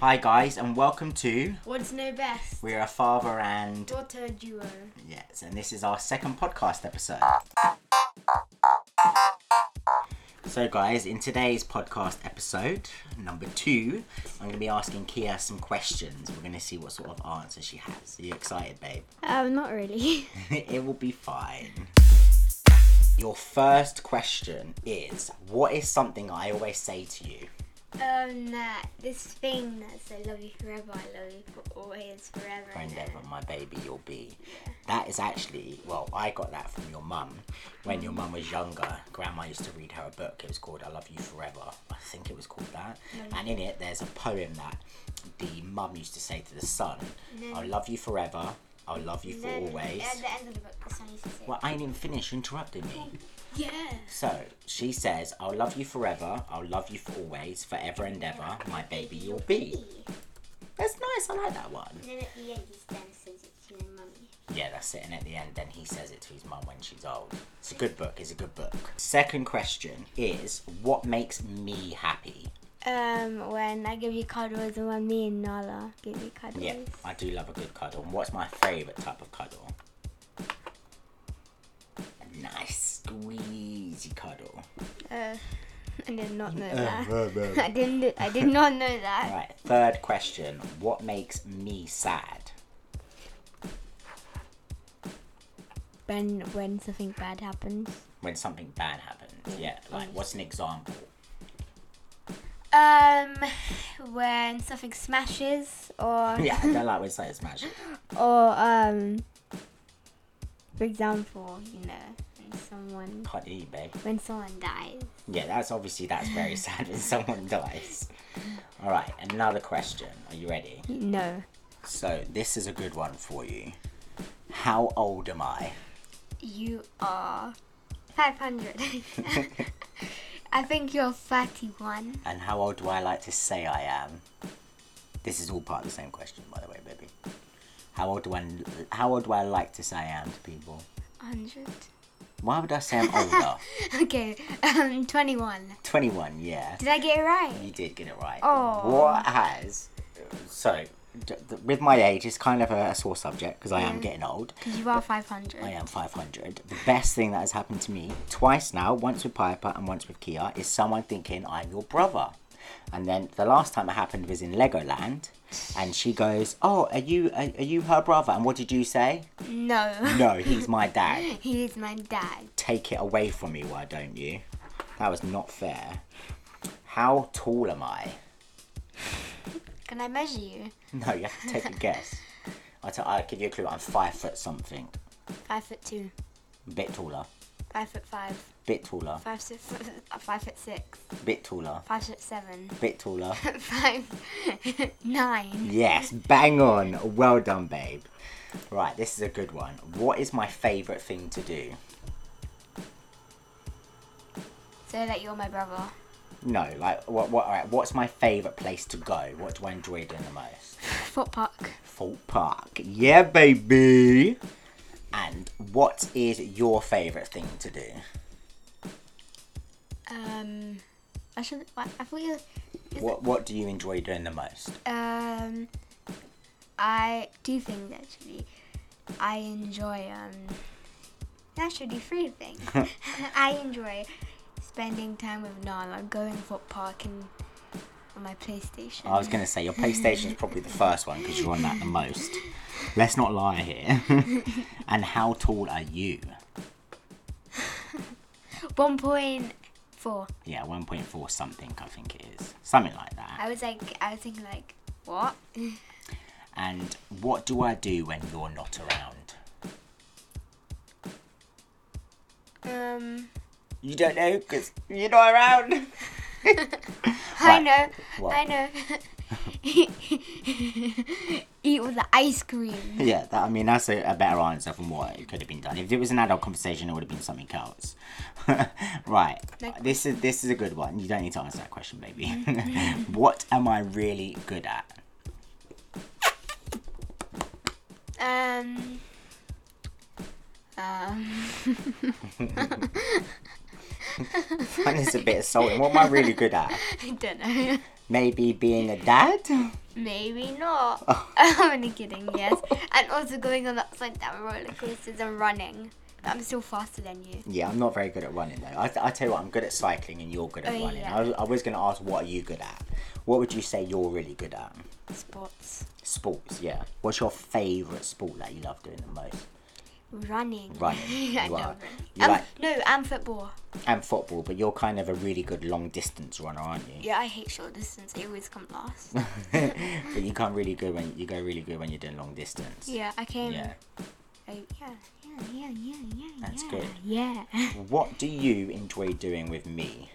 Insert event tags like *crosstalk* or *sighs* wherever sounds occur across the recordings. Hi guys and welcome to What's no best? We're a Father and Daughter duo. Yes, and this is our second podcast episode. So guys, in today's podcast episode, number two, I'm gonna be asking Kia some questions. We're gonna see what sort of answer she has. Are you excited, babe? *laughs* Um, not really. *laughs* it will be fine. Your first question is what is something I always say to you? um, that this thing that's I love you forever, I love you for always, forever. and and ever my baby you'll be. That is actually, well, I got that from your mum. When your mum was younger, grandma used to read her a book. It was called I Love You Forever. I think it was called that. And in it, there's a poem that the mum used to say to the son I'll love you forever. I'll love you for Mm-hmm. then always. At the end of the book, the son used to say, Well, I ain't even finished you interrupted me. Yeah. So she says, I'll love you forever. I'll love you for always. Forever and ever, my baby you'll be. That's nice. I like that one. And then at the end, his dad says it to his mummy. Yeah, that's it. And at the end, then he says it to his mum when she's old. It's a good book. It's a good book. Second question is what makes me happy? Um, when I give you cuddles and when me and Nala give you cuddles. Yeah, I do love a good cuddle. And what's my favourite type of cuddle? A nice squeezy cuddle. Uh, *laughs* I did *laughs* not know right, *laughs* I didn't. I did not know *laughs* that. third question. What makes me sad? When when something bad happens. When something bad happens. Yeah, like what's an example? *laughs* Um, when something smashes or Yeah, I don't like when something smashes. or um, for example, you know, when someone Can't eat, babe. when someone dies. Yeah, that's obviously that's very *laughs* sad when someone dies. All right, another question. Are you ready? No, So this is a good one for you. How old am I? you are five *laughs* hundred. I think you're thirty-one. And how old do I like to say I am? This is all part of the same question, by the way, baby. How old do I how old do I like to say I am to people? Hundred. Why would I say I'm older? Okay, um, twenty-one. Twenty one, yeah. Did I get it right? You did get it right. Aw. What has so d- d- with my age, it's kind of a, a sore subject because I am getting old. Because you are five hundred. I am 500. The best thing that has happened to me twice now, once with Piper and once with Kia, is someone thinking I'm your brother. And then the last time it happened was in Legoland, and she goes, "Oh, are you are, are you her brother?" And what did you say? No, No, he's my dad. *laughs* he is my dad. Take it away from me, why don't you? That was not fair. How tall am I? *laughs* Can I measure you? No, you have to take a guess. I t- I'll give you a clue. I'm five foot something. Five foot two. Bit taller. Five foot five. Bit taller. Five foot, five foot six. Bit taller. Five foot seven. *laughs* Bit taller. Five *laughs* nine. Yes, bang on. Well done, babe. Right, this is a good one. What is my favourite thing to do? So that you're my brother. No, like what? What? All right, what's my favourite place to go? What do I enjoy doing the most? Foot park. Fort Park. Yeah, baby. And what is your favourite thing to do? Um, I should. I I thought you. What What do you enjoy doing the most? Um, I do things actually. I enjoy um. Actually, three things. *laughs* I enjoy spending time with Nala, going foot park, and on my PlayStation. I was gonna say your PlayStation is probably the first one because you're on that the most. Let's not lie here. *laughs* and how tall are you? One point four. Yeah, 1.4 something, I think it is. Something like that. I was like, I was thinking like, what? *laughs* And what do I do when you're not around? Um, You don't know because you're not around. *laughs* I Right. know. What? I know. *laughs* Eat with the ice cream. *laughs* Yeah, that, I mean, that's a, a better answer from what it could have been done. If it was an adult conversation, it would have been something else. *laughs* right. Like- This is this is a good one. You don't need to answer that question, *laughs* baby. *laughs* what am I really good at? Um. Um. Mine is a bit assaulting. What am I really good at? I don't know. *laughs* Maybe being a dad? Maybe not. Oh. *laughs* I'm only kidding, yes. And also going on the upside down roller coasters and running. But I'm still faster than you. Yeah, I'm not very good at running though. I, I tell you what, I'm good at cycling and you're good at Oh, running. yeah. I was, I was going to ask, what are you good at? What would you say you're really good at? Sports. Sports, yeah. What's your favourite sport that you love doing the most? Running. Running, *laughs* I you are. know. running. You Um, like- No, and football. And football, but you're kind of a really good long distance runner, aren't you? Yeah, I hate short distance. They always come *laughs* last. but you can't really good when you go really good when you're doing long distance. yeah, I came. Yeah. I, yeah, yeah, yeah, yeah, yeah. That's yeah, good. Yeah. What do you enjoy doing with me?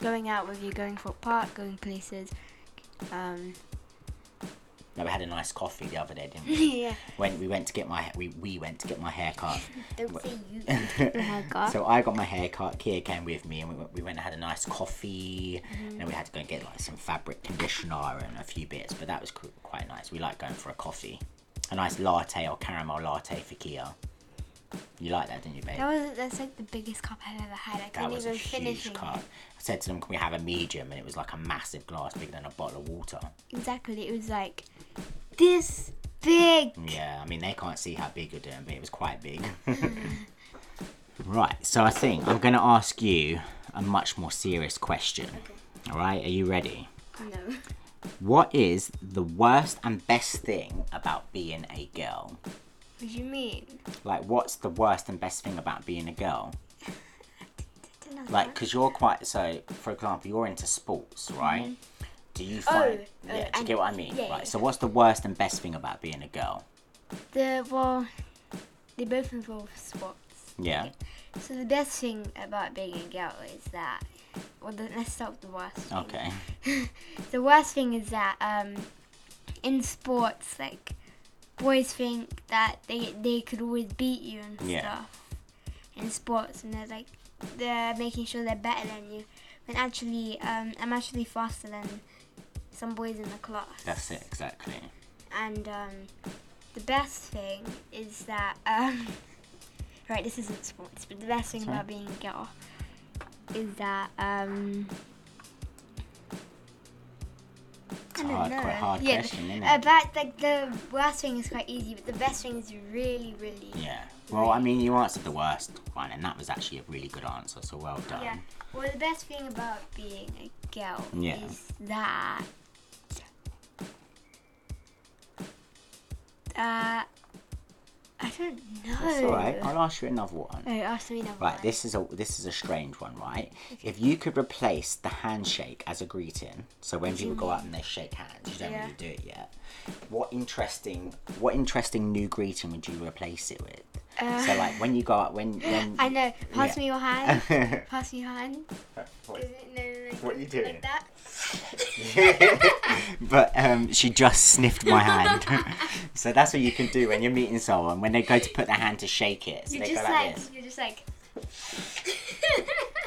going out with you, going for a park, going places. Um, Now we had a nice coffee the other day, didn't *laughs* we? *laughs* yeah. when we went to get my we, we went to get my hair *laughs* cut. Don't say *laughs* you. Oh the haircut. So I got my hair cut. Kia came with me, and we went, we went and had a nice coffee. Mm-hmm. And then we had to go and get like some fabric conditioner and a few bits, but that was qu- quite nice. We like going for a coffee, a nice latte or caramel latte for Kia. You like that, didn't you, babe? that was that's like the biggest cup I've ever had. I That couldn't was a even finish huge it. cup. I said to them, "Can we have a medium?" And it was like a massive glass, bigger than a bottle of water. Exactly. It was like this big. Yeah, I mean they can't see how big you're doing, but it was quite *laughs* big. *laughs* right, so I think I'm going to ask you a much more serious question. All right, are you ready? No. What is the worst and best thing about being a girl? What do you mean? Like, what's the worst and best thing about being a girl? Don't know Like, that. because you're quite so. For example, you're into sports, right? Do you Oh, find? yeah, oh, do you and- get what I mean? yeah, right. yeah. So, what's the worst and best thing about being a girl? the well, they both involve sports. Yeah. So the best thing about being a girl is that. Well, the, let's start with the worst. thing. Okay. The worst thing is that um, in sports, like boys think that they they could always beat you and Yeah. stuff in sports, and they're like they're making sure they're better than you. When actually, um, I'm actually faster than some boys in the class. That's it. Exactly. And um, the best thing is that um, *laughs* right, this isn't sports, but the best thing Sorry. about being a girl is that um, It's a hard, quite hard yeah, question, isn't it? Uh, but like the worst thing is quite easy, but the best thing is really, really. yeah. Well, I mean, you answered the worst one, and that was actually a really good answer. So well done. Yeah. Well, the best thing about being a girl Yeah. is that. Uh, I don't know. That's all right. I'll ask you another one. Oh, ask me another Right, one. this is a this is a strange one, right? If you could replace the handshake as a greeting, so when people go out and they shake hands, you don't Yeah. really do it yet. What interesting what interesting new greeting would you replace it with? so like when you go out when when Uh. I know. Pass Yeah. me *laughs* your hand. Pass me your hand. What- Is it- no, no, no, What are you doing? *laughs* Like that. but um, she just sniffed my hand. *laughs* so that's what you can do when you're meeting someone when they go to put their hand to shake it. So You're they go just like, like. this. You're just like.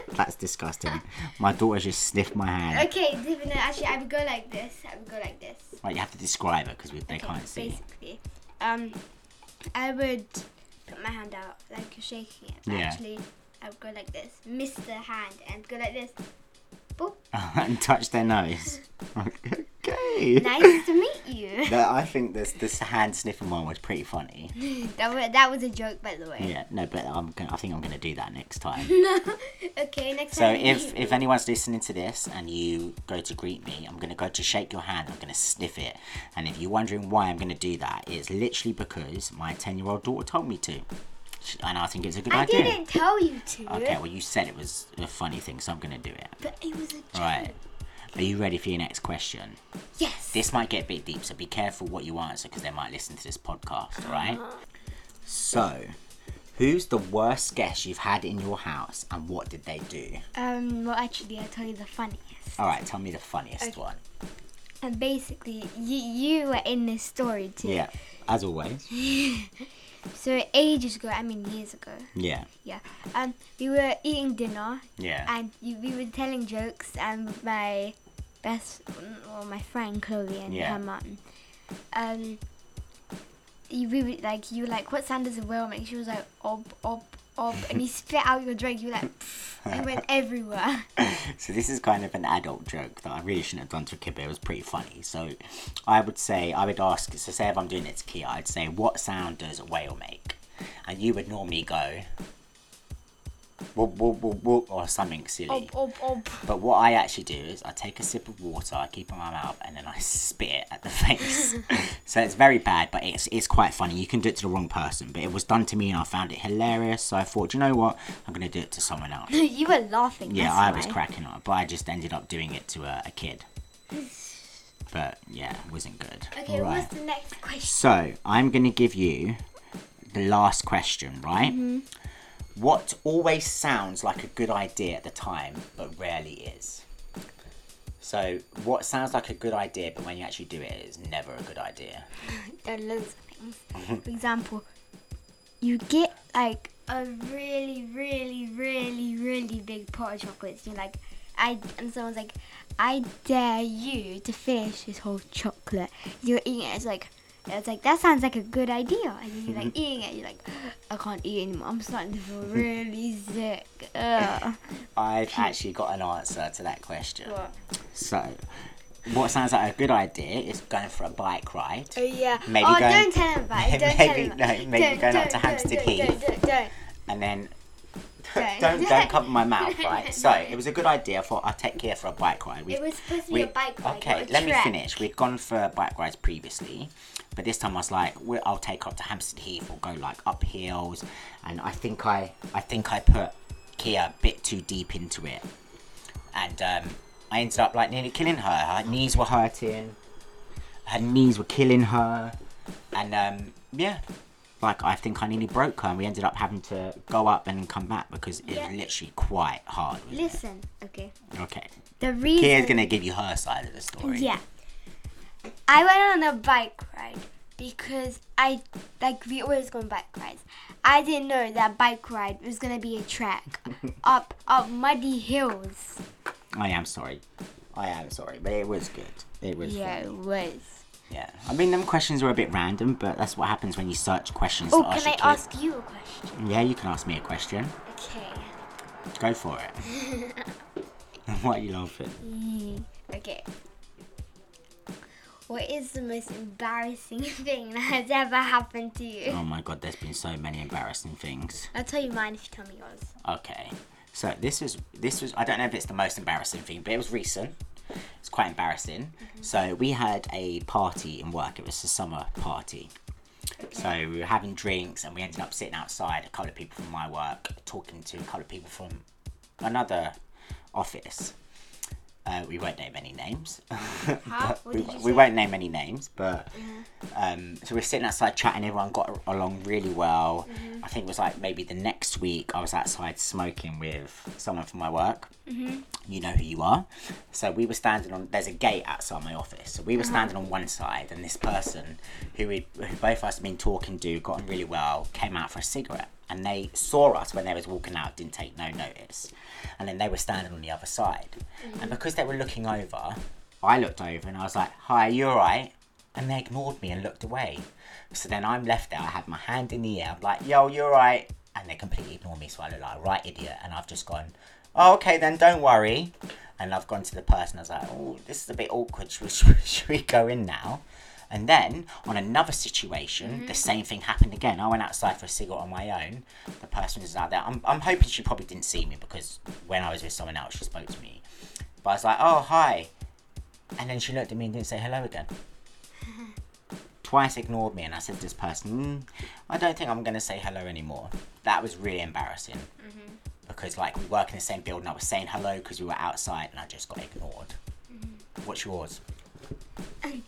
*laughs* That's disgusting. My daughter just sniffed my hand. okay, Divina, actually, I would go like this. I would go like this. Right, you have to describe it because they can't see. Basically, um, I would put my hand out like you're shaking it. But Yeah. Actually, I would go like this, miss the hand, and go like this. Boop. *laughs* and touch their nose. okay. Nice to meet you. *laughs* No, I think this this hand sniffing one was pretty funny. that was, that was a joke, by the way. Yeah, no, but I'm gonna, I think I'm gonna do that next *laughs* time. okay, next So time. you if meet if me- anyone's listening to this and you go to greet me, I'm gonna go to shake your hand. I'm gonna sniff it. And if you're wondering why I'm gonna do that, it's literally because my ten year old daughter told me to, She- and I think it's a good I idea. didn't tell you to. Okay, well you said it was a funny thing, so I'm gonna do it. But it was a joke. Right. Are you ready for your next question? Yes. This might get a bit deep, so be careful what you answer because they might listen to this podcast, all right? So, who's the worst guest you've had in your house and what did they do? Um. Well, actually, I'll tell you the funniest. All right, tell me the funniest one. And basically, you you were in this story too. Yeah, as always. So ages ago, I mean years ago. Yeah, Yeah. Um, we were eating dinner, yeah. and you, we were telling jokes, and my best, well, my friend Chloe and Yeah. her mum. Um, you, we were *laughs* like, you were like, what sound does a whale make? She was like, ob, ob, ob, and you spit out your drink. You were like, pff, I went everywhere. *laughs* so this is kind of an adult joke that I really shouldn't have done to a kid, but it was pretty funny. So I would say I would ask. So say if I'm doing it to Kia, I'd say, "What sound does a whale make?" And you would normally go, "Whoop whoop whoop whoop," or something silly. Op, op, op. But what I actually do is I take a sip of water, I keep it in my mouth, and then I spit it at the face. so it's very bad, but it's it's quite funny. You can do it to the wrong person, but it was done to me, and I found it hilarious. So I thought, you know what, I'm gonna do it to someone else. *laughs* you were laughing. Yeah, that's I was why. cracking up, but I just ended up doing it to a, a *sighs* kid. But yeah, it wasn't good. Okay, All right. what's the next question? So I'm gonna give you the last question, right? Mm-hmm. What always sounds like a good idea at the time, but rarely is. So what sounds like a good idea, but when you actually do it, it's never a good idea. There are loads of *laughs* Mm-hmm. things. For example, you get like a really, really, really, really big pot of chocolates. You're like, I and someone's like, I dare you to finish this whole chocolate. You're eating it. It's like. It's like that sounds like a good idea, and then Mm-hmm. you're like eating it. You're like, I can't eat anymore. I'm starting to feel *laughs* really sick. Ugh. I've actually got an answer to that question. What? So what sounds like a good idea is going for a bike ride. Oh yeah. Maybe oh, going- don't tell *laughs* him about it. Don't Maybe- tell him. no, maybe going up to Hampstead Hampstead Heath. Don't, don't, don't. and then Okay. *laughs* don't *laughs* don't cover my mouth, right? So it was a good idea. I thought I'll take care for a bike ride. We've- It was supposed to be we- a bike ride. Okay, not a let me trek. finish. We'd gone for bike rides previously, but this time I was like, we I'll take up to Hampstead Heath. We'll go like up hills, and I think I I think I put Kia a bit too deep into it, and um, I ended up like nearly killing her. Her knees were hurting. Her knees were killing her, and um, yeah. Like I think I nearly broke her, and we ended up having to go up and come back because it Yeah. was literally quite hard. wasn't it? Listen, okay. Okay, The reason. Kia's gonna give you her side of the story. Yeah. I went on a bike ride because I like we always go on bike rides. I didn't know that bike ride was gonna be a *laughs* track up up muddy hills. I am sorry. I am sorry, but it was good. It was Yeah, it funny. was. Yeah. I mean, them questions were a bit random, but that's what happens when you search questions. Oh, to can ask your I kid. ask you a question? Yeah, you can ask me a question. Okay. Go for it. *laughs* *laughs* what are you laughing? Mm-hmm. Okay. What is the most embarrassing *laughs* thing that has ever happened to you? Oh my god, there's been so many embarrassing things. I'll tell you mine if you tell me yours. Okay. So this was this was I don't know if it's the most embarrassing thing, but it was recent. It's quite embarrassing. So we had a party in work. It was a summer party. So we were having drinks and we ended up sitting outside. A couple of people from my work talking to a couple of people from another office. Uh, we won't name any names. Huh? we, we won't name any names, but um, so we're sitting outside chatting. Everyone got along really well. I think it was like maybe the next week. I was outside smoking with someone from my work. You know who you are. So we were standing on. There's a gate outside my office. So we were standing on one side, and this person who we who both of us had been talking to, got on really well, came out for a cigarette. And they saw us when they was walking out, didn't take no notice. And then they were standing on the other side. And because they were looking over, I looked over and I was like, Hi, you alright? and they ignored me and looked away. So then I'm left there, I had my hand in the air, I'm like, yo, you're right. And they completely ignore me, so I look like a right idiot. And I've just gone, oh, okay, then don't worry. And I've gone to the person, I was like, oh, this is a bit awkward, should, should, should we *laughs* go in now? And then on another situation, the same thing happened again. I went outside for a cigarette on my own. The person was out there. I'm, I'm hoping she probably didn't see me because when I was with someone else, she spoke to me. But I was like, oh, hi. And then she looked at me and didn't say hello again twice ignored me and I said to this person, mm, I don't think I'm going to say hello anymore. That was really embarrassing Mm-hmm. because like we work in the same building. I was saying hello because we were outside and I just got ignored. Mm-hmm. What's yours? Sorry.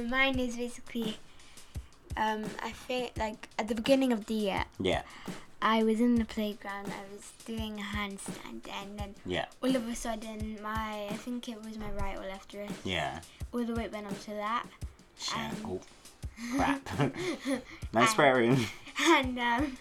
*laughs* Mine is basically, um, I think like at the beginning of the year, Yeah, I was in the playground. I was doing a handstand, and then yeah, all of a sudden, my I think it was my right or left wrist. yeah. All the weight went onto that, *laughs* Shit. Um, oh, crap. *laughs* *laughs* no swearing. and um,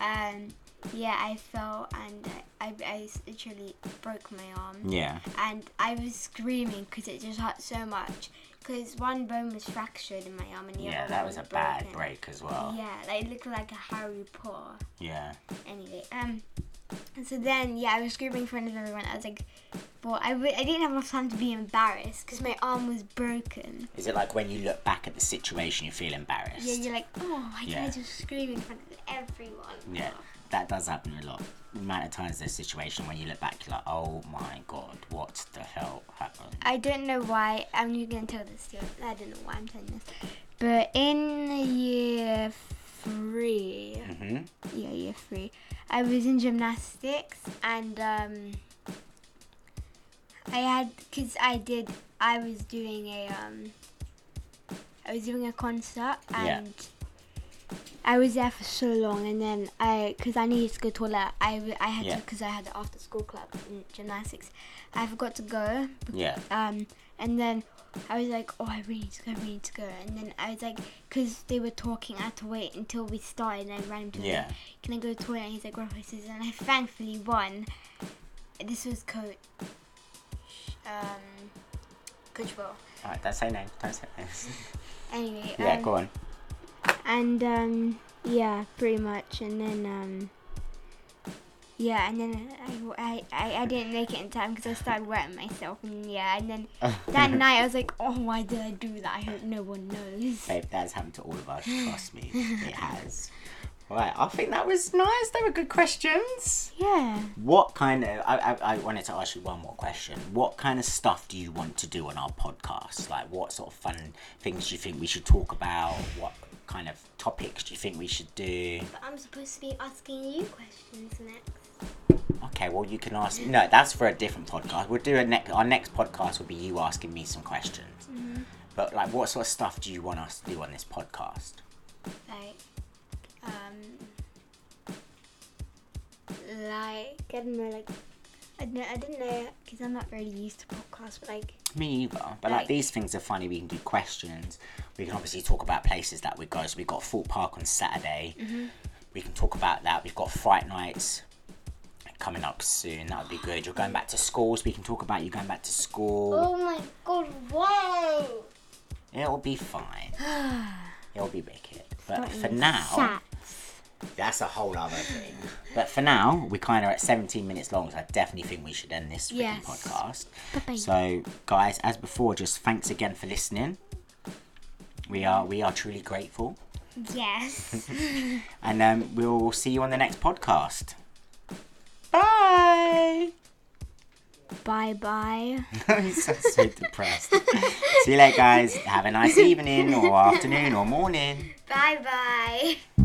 um, yeah, I fell and I, I s- literally broke my arm. Yeah, And I was screaming because it just hurt so much. Because one bone was fractured in my arm, and the yeah, other that one was a bad broken. break as well. Yeah, like it looked like a Harry Potter. Yeah. Anyway, um, And so then, yeah, I was screaming in front of everyone. I was like, well, I w- I didn't have enough time to be embarrassed because my arm was broken. Is it like when you look back at the situation, you feel embarrassed? Yeah, you're like, oh, why did Yeah. I just scream in front of everyone? Yeah, that does happen a lot. The amount of times there's a situation when you look back, you're like, oh my god, what the hell happened? I don't know why. I'm just gonna tell this to you. I don't know why I'm telling this. But in year three, hmm yeah, year three, I was in gymnastics and um, I had because I did. I was doing a um, I was doing a concert Yeah. and. I was there for so long, and then I, because I needed to go to the toilet, I, w- I had Yeah. to, because I had the after school club in gymnastics. I forgot to go Yeah, um, and then I was like, oh, I really need to go, I really need to go. And then I was like, because they were talking, I had to wait until we started. And I ran to Yeah. him, can I go to the toilet? And he's like, rock, paper, scissors. And I thankfully won. This was coach, um, Coach Will. Alright, that's her name. That's her name. Anyway, yeah, um, go on. and um, yeah, pretty much. And then um, yeah, and then I, I, I, I didn't make it in time because I started wetting myself. And yeah, and then *laughs* that night I was like, oh, why did I do that? I hope no one knows. Babe, that's happened to all of us. Trust me, it has. Right, I think that was nice. They were good questions. Yeah. What kind of? I, I, I wanted to ask you one more question. What kind of stuff do you want to do on our podcast? Like, what sort of fun things do you think we should talk about? What kind of topics do you think we should do? But I'm supposed to be asking you questions next. Okay, well you can ask. No, that's for a different podcast. We'll do a next. Our next podcast will be you asking me some questions. But like, what sort of stuff do you want us to do on this podcast? Like, um, like I don't know, like I don't, I don't know, because I'm not very used to podcasts, but like Me either. But like Right. these things are funny. We can do questions. We can obviously talk about places that we go. So we've got Fort Park on Saturday. We can talk about that. We've got Fright Nights coming up soon. That would be good. You're going back to school, so we can talk about you going back to school. oh my god, whoa! It'll be fine. It'll be wicked. But Got for me now, Sats. that's a whole other thing. but for now, we're kind of at 17 minutes long, so I definitely think we should end this freaking Yes. podcast. Bye-bye. *laughs* So, guys, as before, just thanks again for listening. We are we are truly grateful, Yes. and um, we'll see you on the next podcast. *laughs* Bye. *laughs* bye bye. He's so, so depressed. see you later, guys. Have a nice evening, or afternoon, or morning. Bye bye.